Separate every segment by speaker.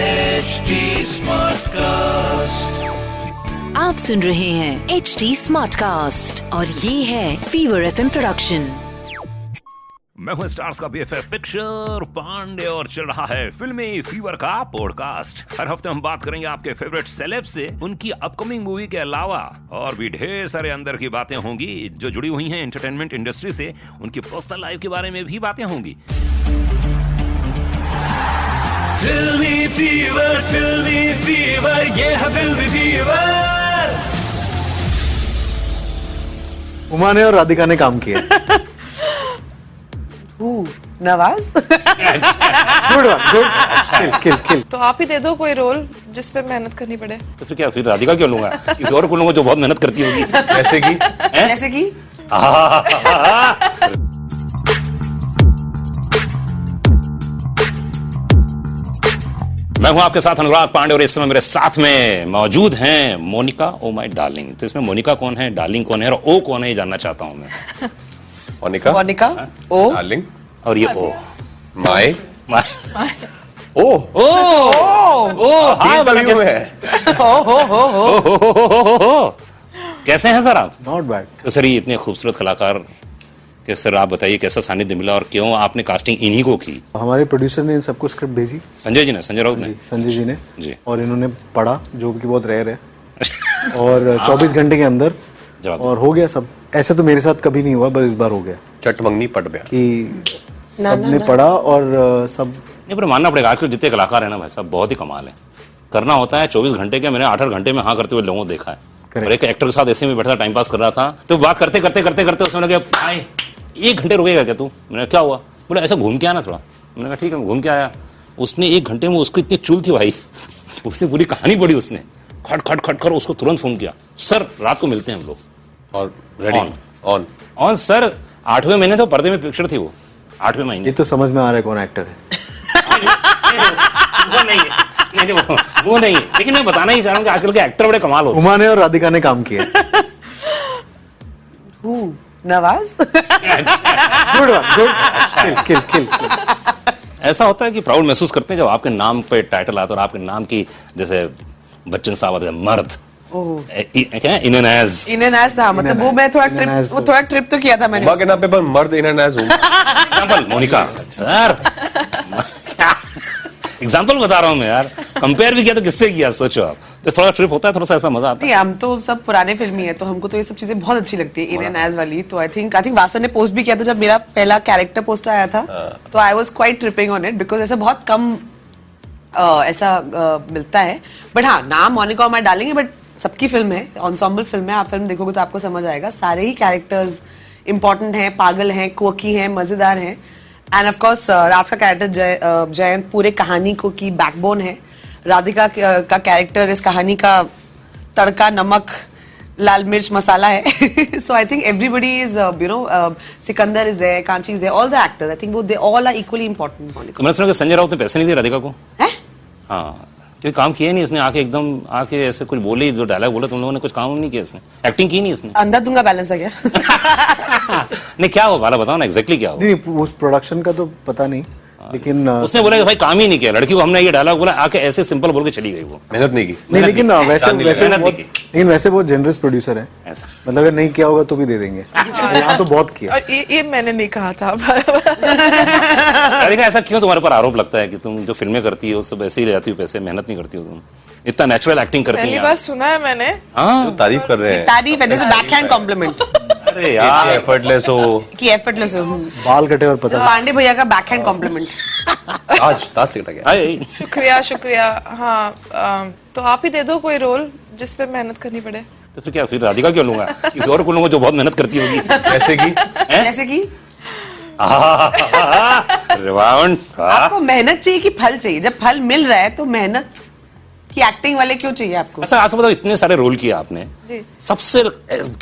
Speaker 1: HD Smartcast.
Speaker 2: आप सुन रहे हैं एच डी स्मार्ट कास्ट और ये है फीवर एफ प्रोडक्शन
Speaker 3: मैं हूं स्टार्स का बीएफएफ पिक्चर पांडे और चल रहा है फिल्मी फीवर का पॉडकास्ट हर हफ्ते हम बात करेंगे आपके फेवरेट सेलेब से उनकी अपकमिंग मूवी के अलावा और भी ढेर सारे अंदर की बातें होंगी जो जुड़ी हुई हैं एंटरटेनमेंट इंडस्ट्री से उनकी पर्सनल लाइफ के बारे में भी बातें होंगी
Speaker 1: फिल्मी फीवर फिल्मी फीवर ये है फिल्मी फीवर
Speaker 4: उमा ने और राधिका ने काम किया
Speaker 5: Who? Nawaz
Speaker 4: good one good
Speaker 6: अच्छा।
Speaker 4: किल किल किल
Speaker 5: तो आप ही दे दो कोई रोल जिस पे मेहनत करनी पड़े
Speaker 6: तो फिर क्या फिर राधिका क्यों लूंगा किसी और को लूंगा जो बहुत मेहनत करती होगी
Speaker 4: जैसे कि
Speaker 5: जैसे कि
Speaker 6: मैं हूं आपके साथ अनुराग पांडे और इस समय मेरे साथ में मौजूद हैं मोनिका ओ माय डार्लिंग तो इसमें मोनिका कौन है डार्लिंग कौन है और ओ कौन है ये जानना चाहता हूं मैं
Speaker 7: मोनिका
Speaker 5: मोनिका ओ
Speaker 7: डार्लिंग
Speaker 6: और ये oh
Speaker 7: my
Speaker 6: oh oh oh हाय
Speaker 7: बड़ी
Speaker 6: बाबा
Speaker 7: उम्र
Speaker 6: कैसे
Speaker 7: है
Speaker 6: कैसे हैं सर आप
Speaker 4: नॉट बैड
Speaker 6: तो सर ये इतने खूबसूरत कलाकार के सर आप बताइए कैसा सानिध्य मिला और क्यों आपने कास्टिंग इन्हीं को की
Speaker 4: हमारे प्रोड्यूसर ने इन सबको स्क्रिप्ट भेजी
Speaker 6: संजय जी ने संजय राउत ने
Speaker 4: जी संजय जी ने
Speaker 6: जी।
Speaker 4: और इन्होंने पढ़ा जो कि बहुत रेयर है और 24 घंटे के अंदर
Speaker 6: हाँ। जवाब।
Speaker 4: और हो गया सब ऐसे तो मेरे साथ कभी नहीं हुआ पर इस बार हो गया
Speaker 7: चट मंगनी पट ब्याह
Speaker 4: कि सबने पढ़ा और अ, सब
Speaker 6: नहीं पर मानना पड़ेगा आजकल जितने कलाकार हैं ना भाई साहब बहुत ही कमाल है करना होता है चौबीस घंटे के मैंने आठ आठ घंटे में हाँ करते हुए लोगों को देखा है
Speaker 4: Correct.
Speaker 6: और एक एक्टर के साथ ऐसे में बैठा टाइम पास कर रहा था तो बात करते करते करते करते उसमें लगे भाई एक घंटे रुकेगा क्या तू मैंने कहा, क्या हुआ बोला ऐसा घूम के आना थोड़ा मैंने कहा ठीक है मैं घूम के आया उसने एक घंटे में उसको इतनी चुल थी भाई उसने पूरी कहानी पढ़ी उसने खट खट खट कर उसको तुरंत फोन किया सर रात को मिलते हैं हम लोग
Speaker 7: और रेडी
Speaker 6: On.
Speaker 7: ऑन
Speaker 6: और सर आठवें महीने तो पर्दे में पिक्चर थी वो आठवें महीने
Speaker 4: ये तो समझ में आ रहा है कौन एक्टर है
Speaker 6: वो नहीं है। नहीं, नहीं, वो- वो नहीं है। लेकिन मैं बताना ही चाह रहा हूँ कि आजकल के एक्टर बड़े कमाल होते
Speaker 4: उमा ने और राधिका ने काम किया
Speaker 5: Who? Nawaz
Speaker 4: good one good
Speaker 6: अच्छा।
Speaker 4: किल किल किल
Speaker 6: हैं ऐसा होता है कि प्राउड महसूस करते हैं जब आपके नाम पे टाइटल आता है और आपके नाम की जैसे बच्चन साहब आते हैं मर्द
Speaker 5: ओह।
Speaker 6: ए- इ- क्या इन एन एज
Speaker 5: इन्हें नाज था मतलब वो मैं थोड़ा
Speaker 4: इन्हें नाज
Speaker 5: ट्रिप वो
Speaker 4: तो-
Speaker 5: थोड़ा ट्रिप तो किया था मैंने
Speaker 7: माँ के नाम पे पर मर्द in and
Speaker 6: example Monica sir example बता रहा हूँ मैं यार कंपेयर भी किया तो किससे किया सोचो आप तो थोड़ा ट्रिप होता है थोड़ा सा ऐसा मजा आता है
Speaker 5: नहीं, हम तो सब पुराने फिल्मी है तो हमको तो ये सब चीजें बहुत अच्छी लगती है इन्हें नाज वाली तो I think I think Vasan ने पोस्ट भी किया था जब मेरा पहला कैरेक्टर पोस्ट आया था तो I was quite tripping on it because ऐसा बहुत कम अ, ऐसा अ, मिलता है बट हाँ नाम मोनिका और मैं डालेंगे बट सबकी फिल्म है ensemble फिल्म है आप फिल्म देखोगे तो आपको समझ आएगा सारे ही कैरेक्टर्स इंपॉर्टेंट हैं पागल हैं कोकी हैं मजेदार हैं एंड ऑफ कोर्स राज का कैरेक्टर जय अ, जयंत पूरे कहानी को की बैकबोन है राधिका के- अ, का कैरेक्टर इस कहानी का तड़का नमक लाल मिर्च मसाला है सो I think everybody is you know Sikandar is there Kanchi is there all the actors I think वो they all are equally important Monica
Speaker 6: तो मैंने सुना कि संजय राउत ने पैसे नहीं दिए राधिका को
Speaker 5: हैं
Speaker 6: हाँ क्योंकि काम किया ही नहीं इसने आके एकदम आके ऐसे कुछ बोले जो डायलॉग बोला तुम लोगों ने कुछ काम नहीं किया इसने एक्टिंग की नहीं इसने
Speaker 5: अंदर दूंगा बैलेंस आ गया
Speaker 6: नहीं क्या हुआ वाला बताओ ना एग्जैक्टली क्या हुआ
Speaker 4: नहीं नहीं, उस प्रोडक्शन का तो पता
Speaker 6: हाँ।
Speaker 4: नहीं लेकिन अ,
Speaker 6: उसने बोला कि भाई काम ही नहीं किया लड़की को हमने ये डायलॉग बोला आके ऐसे सिंपल बोल के चली गई वो
Speaker 7: मेहनत नहीं की
Speaker 4: नहीं लेकिन आ, वैसे
Speaker 6: इंसान नहीं
Speaker 4: वैसे
Speaker 6: लगा,
Speaker 4: बहुत
Speaker 6: मेहनत
Speaker 4: लेकिन वैसे बहुत जनरस प्रोड्यूसर है
Speaker 6: ऐसा
Speaker 4: मतलब अगर नहीं किया होगा तो भी दे देंगे यहाँ तो बहुत किया
Speaker 8: और ये, ये मैंने नहीं कहा था
Speaker 6: राधिका ऐसा क्यों तुम्हारे पर आरोप लगता है कि तुम जो फिल्में करती हो सब ऐसे ही ले जाती हो पैसे मेहनत नहीं करती हो तुम इतना नेचुरल एक्टिंग करती
Speaker 8: पहली
Speaker 6: है
Speaker 8: बार सुना है मैंने
Speaker 6: हाँ
Speaker 7: तारीफ कर रहे हैं
Speaker 5: तारीफ है दिस इज बैकहैंड कॉम्प्लीमेंट
Speaker 6: अरे यार
Speaker 7: एफर्टलेस हो
Speaker 5: कि एफर्टलेस हो तो
Speaker 4: बाल कटे और पता
Speaker 5: पांडे भैया का बैकहैंड कॉम्प्लीमेंट
Speaker 7: ताज ताज से कटा गया
Speaker 6: हाय।
Speaker 8: शुक्रिया शुक्रिया हाँ अम, तो आप ही दे दो कोई रोल जिस पे मेहनत करनी पड़े
Speaker 6: तो फिर क्या फिर राधिका क्यों लूंगा किसी और को लूंगा जो बहुत मेहनत करती होगी
Speaker 7: जैसे कि
Speaker 6: हैं?
Speaker 5: जैसे कि
Speaker 6: अरे वाह, वाह।
Speaker 5: आपको मेहनत चाहिए कि फल चाहिए जब फल मिल रहा है तो मेहनत की एक्टिंग वाले क्यों चाहिए आपको
Speaker 6: अच्छा आज बताओ इतने सारे रोल किए आपने सबसे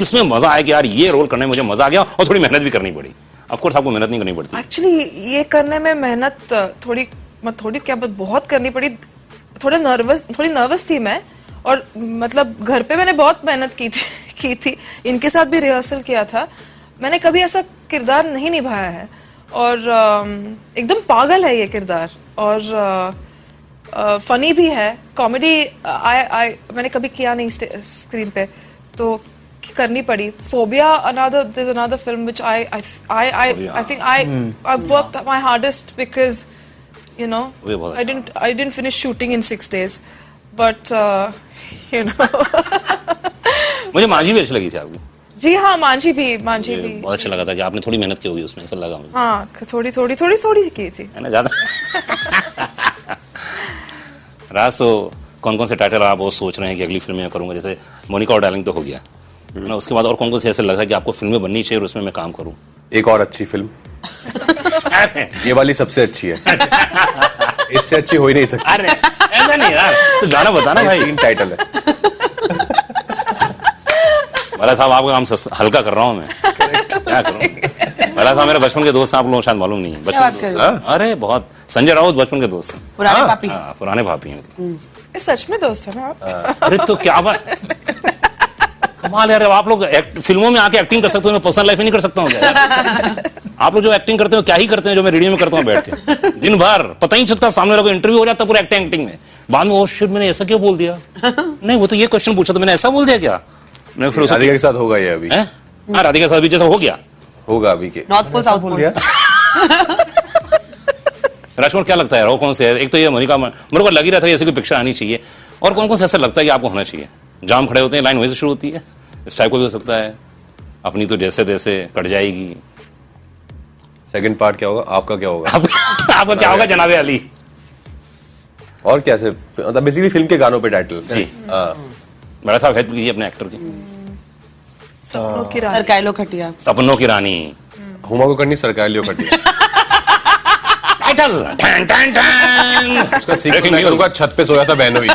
Speaker 6: किसमें मजा आया कि यार ये रोल करने में मुझे मजा आ गया और थोड़ी मेहनत भी करनी पड़ी ऑफ कोर्स आपको मेहनत नहीं करनी पड़ती
Speaker 8: एक्चुअली ये करने में मेहनत थोड़ी मत थोड़ी क्या बस बहुत करनी पड़ी थोड़ा नर्वस थोड़ी नर्वस थी मैं और मतलब घर पे मैंने बहुत मेहनत की थी की थी इनके साथ भी रिहर्सल किया था मैंने कभी ऐसा किरदार नहीं निभाया है और अम, एकदम पागल है ये किरदार और अ, फनी भी है कॉमेडी आई आई मैंने कभी किया नहीं स्क्रीन पे तो करनी पड़ी phobia another this another film which I I I I think I
Speaker 5: Hmm.
Speaker 8: I
Speaker 6: Hmm.
Speaker 8: Work my hardest because you know
Speaker 6: वे बहुत
Speaker 8: i
Speaker 6: अच्छा।
Speaker 8: didn't i didn't finish shooting in 6 days but uh, you know
Speaker 6: मुझे मांझी भी अच्छी लगी थी आपकी
Speaker 8: जी हाँ मांझी भी मांझी
Speaker 6: ये
Speaker 8: भी
Speaker 6: बहुत अच्छा लगा था कि आपने थोड़ी मेहनत की होगी उसमें ऐसा लगा मुझे
Speaker 8: हाँ थोड़ी थोड़ी थोड़ी थोड़ी सी की थी
Speaker 6: है ना ज्यादा राज तो कौन कौन से टाइटल आप वो सोच रहे हैं कि अगली फिल्म में करूंगा जैसे मोनिका और डार्लिंग तो हो गया है ना उसके बाद और कौन कौन से ऐसे लग रहा है कि आपको फिल्में बननी चाहिए और उसमें मैं काम करूँ
Speaker 7: एक और अच्छी फिल्म ये वाली सबसे अच्छी है इससे अच्छी हो ही नहीं सकती
Speaker 6: अरे ऐसा नहीं यार तो गाना बताना
Speaker 7: ये
Speaker 6: भाई
Speaker 7: तीन टाइटल है
Speaker 6: भला साहब आपका काम सस- हल्का कर रहा हूँ मैं क्या करूँ भला साहब मेरे बचपन के दोस्त हैं, आप लोगों को शायद मालूम नहीं है बचपन
Speaker 5: बात
Speaker 6: के
Speaker 5: कर
Speaker 6: दोस्त
Speaker 7: रहे हो?
Speaker 6: हाँ, अरे बहुत संजय राउत बचपन के दोस्त हैं।
Speaker 5: पुराने पापी
Speaker 6: हाँ, पुराने भाभी हैं मतलब।
Speaker 8: ये सच में दोस्त है ना आप
Speaker 6: अरे तो क्या बात कमाल यार अब आप लोग act- फिल्मों में आके एक्टिंग कर सकते हो मैं पर्सनल लाइफ ही नहीं कर सकता हूँ क्या यार? आप लोग जो एक्टिंग करते हो क्या ही करते हैं जो मैं रेडियो में करता हूँ बैठ के दिन भर पता ही नहीं चलता सामने वाले को इंटरव्यू हो जाता पूरा एक्टिंग एक्टिंग में बाद में वो शिट मैंने ऐसा क्यों बोल दिया नहीं वो तो ये क्वेश्चन पूछा तो मैंने ऐसा बोल दिया क्या मैंने फिर उसको
Speaker 7: राधिका के साथ होगा ये अभी
Speaker 6: हैं? हाँ राधिका साहब भी जैसा हो गया
Speaker 7: होगा अभी के
Speaker 5: north pole south pole
Speaker 6: Rajkumar क्या लगता है यार, वो कौन से है एक तो ये मोनिका मन- मेरे को लग ही रहा था कि ऐसी कोई पिक्चर आनी चाहिए और कौन कौन सा ऐसा लगता है कि आपको होना चाहिए जाम खड़े होते हैं लाइन वहीं से शुरू होती है इस टाइप को भी हो सकता है अपनी तो जैसे तैसे कट जाएगी
Speaker 7: सेकंड पार्ट क्या होगा आपका क्या होगा
Speaker 6: आप- आपका क्या होगा जनाबे अली
Speaker 7: और क्या से मतलब बेसिकली फिल्म के गानों पे टाइटल
Speaker 6: जी। बड़ा साहब हेल्प कीजिए अपने एक्टर की
Speaker 8: सपनों की रानी
Speaker 5: सरकायलो खटिया
Speaker 6: सपनों की रानी
Speaker 7: हुमा को करनी सरकार लियो करनी
Speaker 6: टाइटल टैन टैन टैन
Speaker 7: उसका हाँ, सीक्वल मैं करूंगा छत पे सोया था बहनोई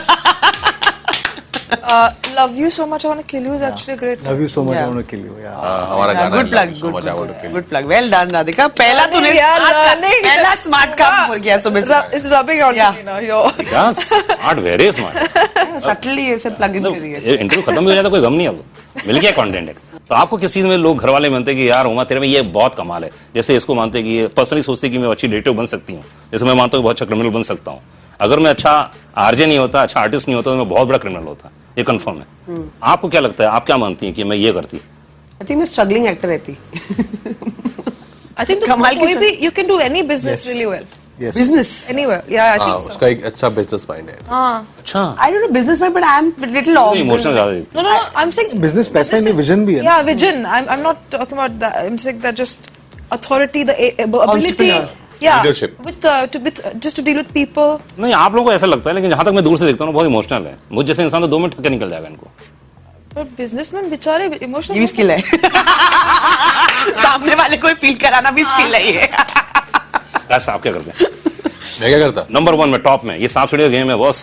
Speaker 8: love you so much I want to kill you is actually great
Speaker 4: love you so much
Speaker 5: Yeah.
Speaker 4: I want to kill you यार
Speaker 7: हमारा गाना
Speaker 5: good plug
Speaker 7: so much I want to kill you.
Speaker 5: Good plug well done Radhika पहला तूने
Speaker 8: यार, हाँ।
Speaker 5: smart
Speaker 8: नहीं।
Speaker 5: का- पहला स्मार्ट काम बोल गया सुबह से
Speaker 8: is rubbing on
Speaker 5: Yeah.
Speaker 8: Me now your
Speaker 6: smart very smart
Speaker 5: subtly ऐसे प्लग
Speaker 6: मतलब
Speaker 5: इन करी है
Speaker 6: इंटरव्यू तो खत्म भी हो जाता कोई गम नहीं अब मिल गया कंटेंट एक तो आपको किस चीज में लोग घर वाले मानते हैं कि यार हुमा तेरे में ये बहुत कमाल है जैसे इसको मानते हैं कि ये पर्सनली सोचते हैं कि मैं अच्छी डिटेक्टिव बन सकती हूँ जैसे मैं मानता हूँ कि बहुत अच्छा क्रिमिनल बन सकता हूँ अगर मैं अच्छा आरजे नहीं होता अच्छा आर्टिस्ट नहीं होता तो मैं बहुत बड़ा क्रिमिनल होता ये कंफर्म है आपको क्या लगता है आप क्या मानती हैं कि मैं ये करती
Speaker 5: आई थिंक मैं स्ट्रगलिंग एक्टर रहती
Speaker 8: आई थिंक
Speaker 5: कमाल की
Speaker 8: कोई
Speaker 5: सर-
Speaker 8: भी you can do any business really well
Speaker 4: yes
Speaker 5: business
Speaker 8: anywhere या आई
Speaker 7: हाँ
Speaker 8: थिंक सो
Speaker 7: उसका एक अच्छा बिजनेस माइंड है
Speaker 6: अच्छा
Speaker 5: I don't know businessman but I am little of
Speaker 6: emotional ज्यादा देती
Speaker 8: No, no, I'm saying
Speaker 4: Business पैसा ही नहीं, vision भी है ना।
Speaker 8: Yeah, vision. I'm, I'm not talking about that. I'm saying that just authority, the a- ability.
Speaker 5: Entrepreneur.
Speaker 8: Yeah,
Speaker 7: Leadership.
Speaker 8: With, uh, to, with uh, just to deal with people.
Speaker 6: नहीं आप लोगों को ऐसा लगता है लेकिन जहां तक मैं दूर से देखता हूँ बहुत इमोशनल है मुझ जैसे इंसान तो दो मिनट के निकल जाएगा इनको
Speaker 8: But businessmen, बिचारे emotional.
Speaker 5: ये भी स्किल है सामने वाले को फील कराना भी स्किल है ये
Speaker 6: ऐसा आप क्या करते हैं
Speaker 7: मैं क्या करता
Speaker 6: नंबर वन में टॉप में ये सांप सीढ़ी का गेम है बॉस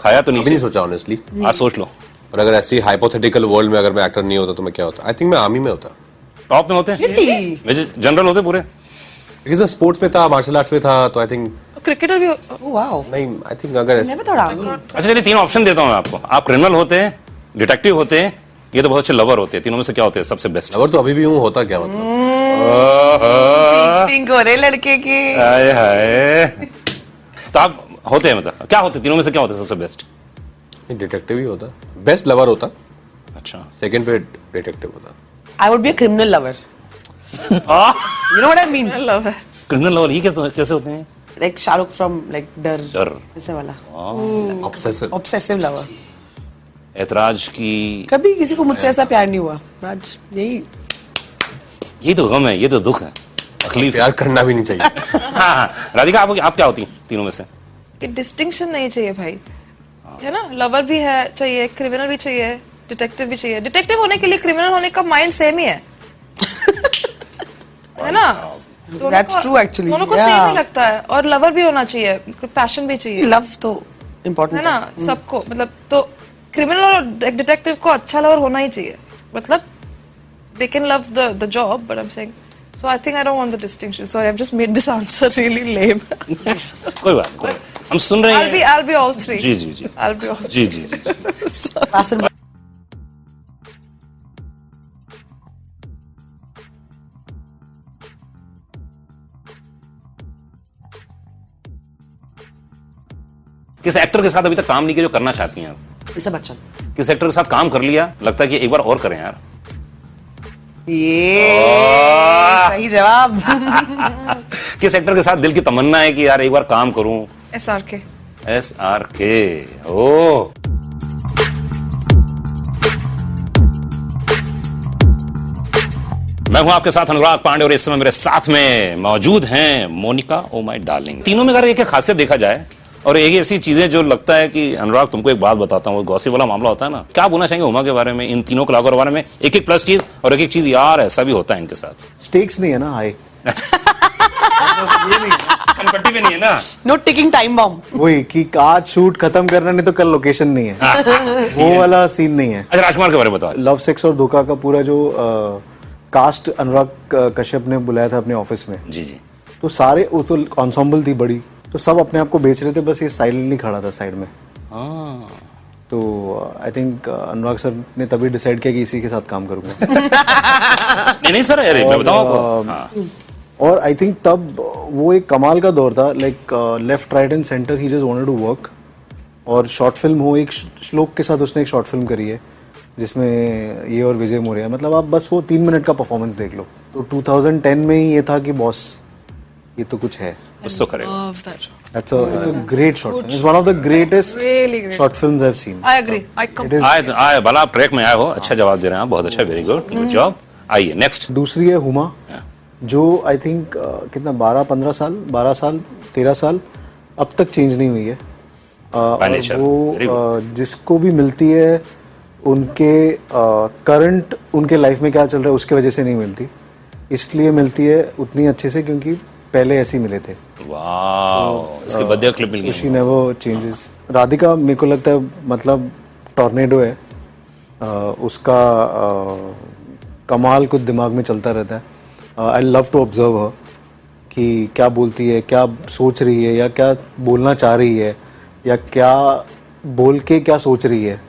Speaker 6: खाया तो
Speaker 7: अभी नहीं
Speaker 6: नहीं
Speaker 7: सोचा ऑनेस्टली
Speaker 6: आज सोच लो
Speaker 7: और अगर ऐसी हाइपोथेटिकल वर्ल्ड में अगर मैं एक्टर नहीं होता तो मैं क्या होता आई थिंक मैं आर्मी में होता
Speaker 6: टॉप में होते हैं
Speaker 5: Really?
Speaker 6: जनरल होते पूरे अच्छा,
Speaker 7: बिकॉज मैं स्पोर्ट्स में था मार्शल आर्ट्स में था तो आई थिंक
Speaker 8: तो क्रिकेटर भी हो-
Speaker 5: Oh, wow.
Speaker 7: नहीं आई थिंक अगर ऐसे-
Speaker 5: Never thought of.
Speaker 6: अच्छा चलिए तीन ऑप्शन देता हूँ मैं आपको आप क्रिमिनल होते हैं डिटेक्टिव होते हैं ये तो बहुत अच्छे लवर होते हैं तीनों में से क्या होते हैं सबसे बेस्ट
Speaker 7: अगर तो अभी भी हूँ होता क्या मतलब
Speaker 5: Jinx pink हो रहे लड़के के
Speaker 6: हाय हाय तो आप होते हैं मतलब क्या होते हैं तीनों में से क्या होते हैं सबसे बेस्ट
Speaker 7: डिटेक्टिव ही होता बेस्ट लवर होता
Speaker 6: अच्छा
Speaker 7: सेकंड पे डिटेक्टिव होता
Speaker 5: I would be a criminal lover you know what I mean
Speaker 8: Love है.
Speaker 6: क्रिमिनल लवर हाँ। ही कैसे कैसे होते हैं
Speaker 5: like Shahrukh from like Darr
Speaker 6: Darr
Speaker 5: ऐसे वाला
Speaker 6: हाँ।
Speaker 7: ऑब्सेसिव
Speaker 5: ऑब्सेसिव लवर
Speaker 6: ऐतराज की
Speaker 5: कभी किसी को मुझसे ऐसा प्यार नहीं हुआ राज यही
Speaker 6: ये तो गम है ये तो दुख है तकलीफ है
Speaker 7: प्यार करना भी नहीं चाहिए
Speaker 6: हाँ, हाँ। राधिका आप आप क्या होती हैं तीनों में से
Speaker 8: कि डिस्टिंक्शन नहीं चाहिए भाई है ना लवर भी है चाहिए क्रिमिनल भी चाहिए डिटेक्टिव भी चाहिए डिटेक्टिव होने के लिए क्रिमिनल होने का माइंड सेम ही है है ना दोनों
Speaker 5: That's
Speaker 8: को-
Speaker 5: true actually.
Speaker 8: दोनों को
Speaker 5: Yeah.
Speaker 8: सेम ही लगता है और लवर भी होना चाहिए पैशन भी चाहिए
Speaker 5: लव तो
Speaker 8: है
Speaker 5: इम्पोर्टेंट
Speaker 8: ना सबको मतलब तो क्रिमिनल और डिटेक्टिव को अच्छा लवर होना ही चाहिए मतलब they can love the the job but I am saying so I think I don't want the distinction sorry I have just made this answer really lame
Speaker 6: कोई बात कोई बात। हम सुन रहे
Speaker 8: I'll be
Speaker 6: हैं
Speaker 8: I'll be all three.
Speaker 6: जी, जी, जी.
Speaker 8: I'll be all three.
Speaker 6: जी जी जी जी।
Speaker 5: आसन
Speaker 6: किस एक्टर के साथ अभी तक काम नहीं किया जो करना चाहती हैं आप
Speaker 5: ऋषभ बच्चन
Speaker 6: किस एक्टर के साथ काम कर लिया लगता है कि एक बार और करें यार
Speaker 5: ये सही जवाब
Speaker 6: किस एक्टर के साथ दिल की तमन्ना है कि यार एक बार काम करूं
Speaker 8: S R K
Speaker 6: S R K ओ मैं हूं आपके साथ अनुराग पांडे और इस समय मेरे साथ में मौजूद हैं मोनिका ओ माय डार्लिंग तीनों में अगर एक एक खासियत देखा जाए और एक ऐसी चीजें जो लगता है कि अनुराग तुमको एक बात बताता हूँ गौसी वाला मामला होता है ना क्या बोलना चाहेंगे उमा के बारे में इन तीनों कलाकारों के बारे में एक एक प्लस चीज और एक एक चीज यार ऐसा भी होता है इनके साथ
Speaker 4: स्टेक्स नहीं है ना हाई
Speaker 6: कनपट्टी में नहीं है ना
Speaker 5: नो टिकिंग टाइम बॉम्ब
Speaker 4: वही कि आज शूट खत्म करना नहीं तो कल लोकेशन नहीं है वो वाला सीन नहीं है
Speaker 6: अच्छा राजकुमार के बारे में बताओ
Speaker 4: लव सेक्स और धोखा का पूरा जो कास्ट अनुराग अ, कश्यप ने बुलाया था अपने ऑफिस में
Speaker 6: जी जी
Speaker 4: तो सारे वो तो ensemble थी बड़ी तो सब अपने आप को बेच रहे थे बस ये साइलेंटली खड़ा था साइड में
Speaker 6: हाँ।
Speaker 4: तो I think uh, Anurag sir ने तभी डिसाइड किया कि इसी के साथ काम करूंगा
Speaker 6: नहीं नहीं सर अरे मैं बताऊं आपको हाँ।
Speaker 4: और आई थिंक तब uh, वो एक कमाल का दौर था uh, like left right and centre ही जस्ट वांटेड टू वर्क और शॉर्ट फिल्म हो एक श्ल- श्लोक के साथ उसने एक शॉर्ट फिल्म करी है जिसमें ये और विजय मोरिया मतलब आप बस वो तीन मिनट का परफॉर्मेंस देख लो तो 2010 में ही ये था कि बॉस ये तो कुछ है
Speaker 6: कुछ तो करेगा
Speaker 4: That's a, it's a great short film. It's one of the greatest
Speaker 8: Really great.
Speaker 4: short films I've seen.
Speaker 8: I agree आई कम
Speaker 6: आए तो आए भला आप ट्रैक में आए हो अच्छा जवाब दे रहे हैं आप बहुत अच्छा वेरी गुड गुड जॉब आइए नेक्स्ट
Speaker 4: दूसरी है हुमा जो आई थिंक कितना बारह पंद्रह साल बारह साल तेरह साल अब तक चेंज नहीं हुई है अ, और
Speaker 6: Financial.
Speaker 4: वो
Speaker 6: Very good.
Speaker 4: अ, जिसको भी मिलती है उनके करंट उनके लाइफ में क्या चल रहा है उसके वजह से नहीं मिलती इसलिए मिलती है उतनी अच्छे से क्योंकि पहले ऐसे ही मिले थे
Speaker 6: वाओ इसके बर्थडे क्लिप मिल
Speaker 4: शी
Speaker 6: गई
Speaker 4: नेवर चेंजेस राधिका मेरे को लगता है मतलब टॉर्नेडो है अ, उसका अ, कमाल कुछ दिमाग में चलता रहता है I love to observe her कि क्या बोलती है क्या सोच रही है या क्या बोलना चाह रही है या क्या बोल के क्या सोच रही है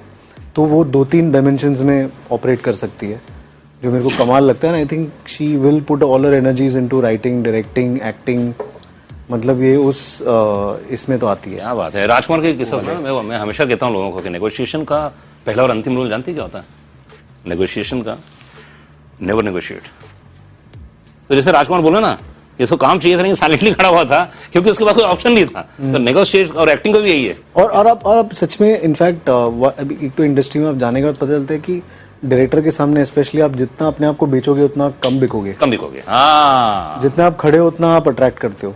Speaker 4: तो वो दो तीन डायमेंशंस में ऑपरेट कर सकती है जो मेरे को कमाल लगता है ना I think she will put all her energies into writing directing acting मतलब ये उस अ, इसमें तो आती है
Speaker 6: क्या बात है राजकुमार के किस्सा सुना मैं मैं हमेशा कहता हूँ लोगों को कि नेगोशिएशन का पहला और अंतिम रोल जानती क्या होता है नेगोशिएशन का नेवर नेगोशिएट तो जैसे राजकुमार बोला ना कि इसको काम चाहिए था नहीं साइलेंटली खड़ा हुआ था क्योंकि उसके पास कोई ऑप्शन नहीं था तो नेगोशिएट और एक्टिंग का भी यही है
Speaker 4: और और अब और अब सच में इनफैक्ट अभी एक तो इंडस्ट्री में आप जाने के बाद पता चलता है कि डायरेक्टर के सामने स्पेशली आप जितना अपने आप को बेचोगे उतना कम बिकोगे
Speaker 6: कम बिकोगे हाँ
Speaker 4: जितना आप खड़े हो उतना आप अट्रैक्ट करते हो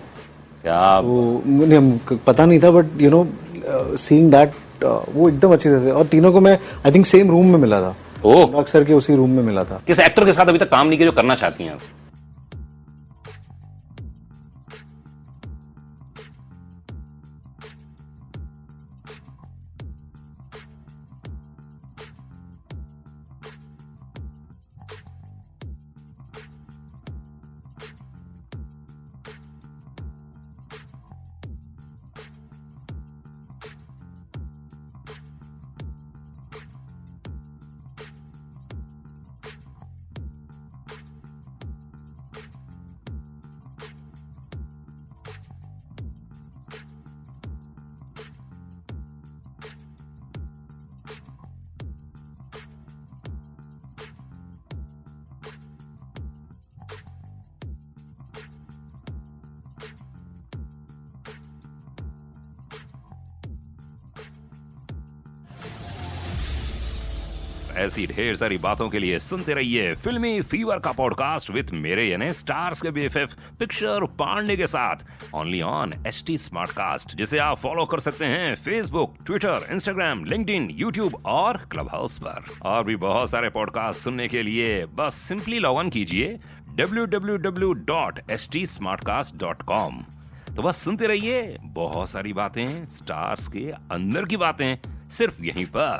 Speaker 6: क्या
Speaker 4: वो नहीं हम पता नहीं था but you know seeing that वो एकदम अच्छी तरह से और तीनों को मैं आई थिंक सेम रूम में मिला था
Speaker 6: ओह
Speaker 4: अनुराग सर के उसी रूम में मिला था
Speaker 6: किस एक्टर के साथ अभी तक काम नहीं किया जो करना चाहती हैं आप
Speaker 3: ऐसी ढेर सारी बातों के लिए सुनते रहिए फिल्मी फीवर का पॉडकास्ट विद मेरे यानी स्टार्स के बीएफएफ पिक्चर पांडे के साथ only on H T Smartcast जिसे आप फॉलो कर सकते हैं Facebook Twitter Instagram LinkedIn YouTube और क्लब हाउस पर और भी बहुत सारे पॉडकास्ट सुनने के लिए बस सिंपली लॉग इन कीजिए www.stsmartcast.com तो बस सुनते रहिए बहुत सारी बातें स्टार्स के अंदर की बातें सिर्फ यहीं पर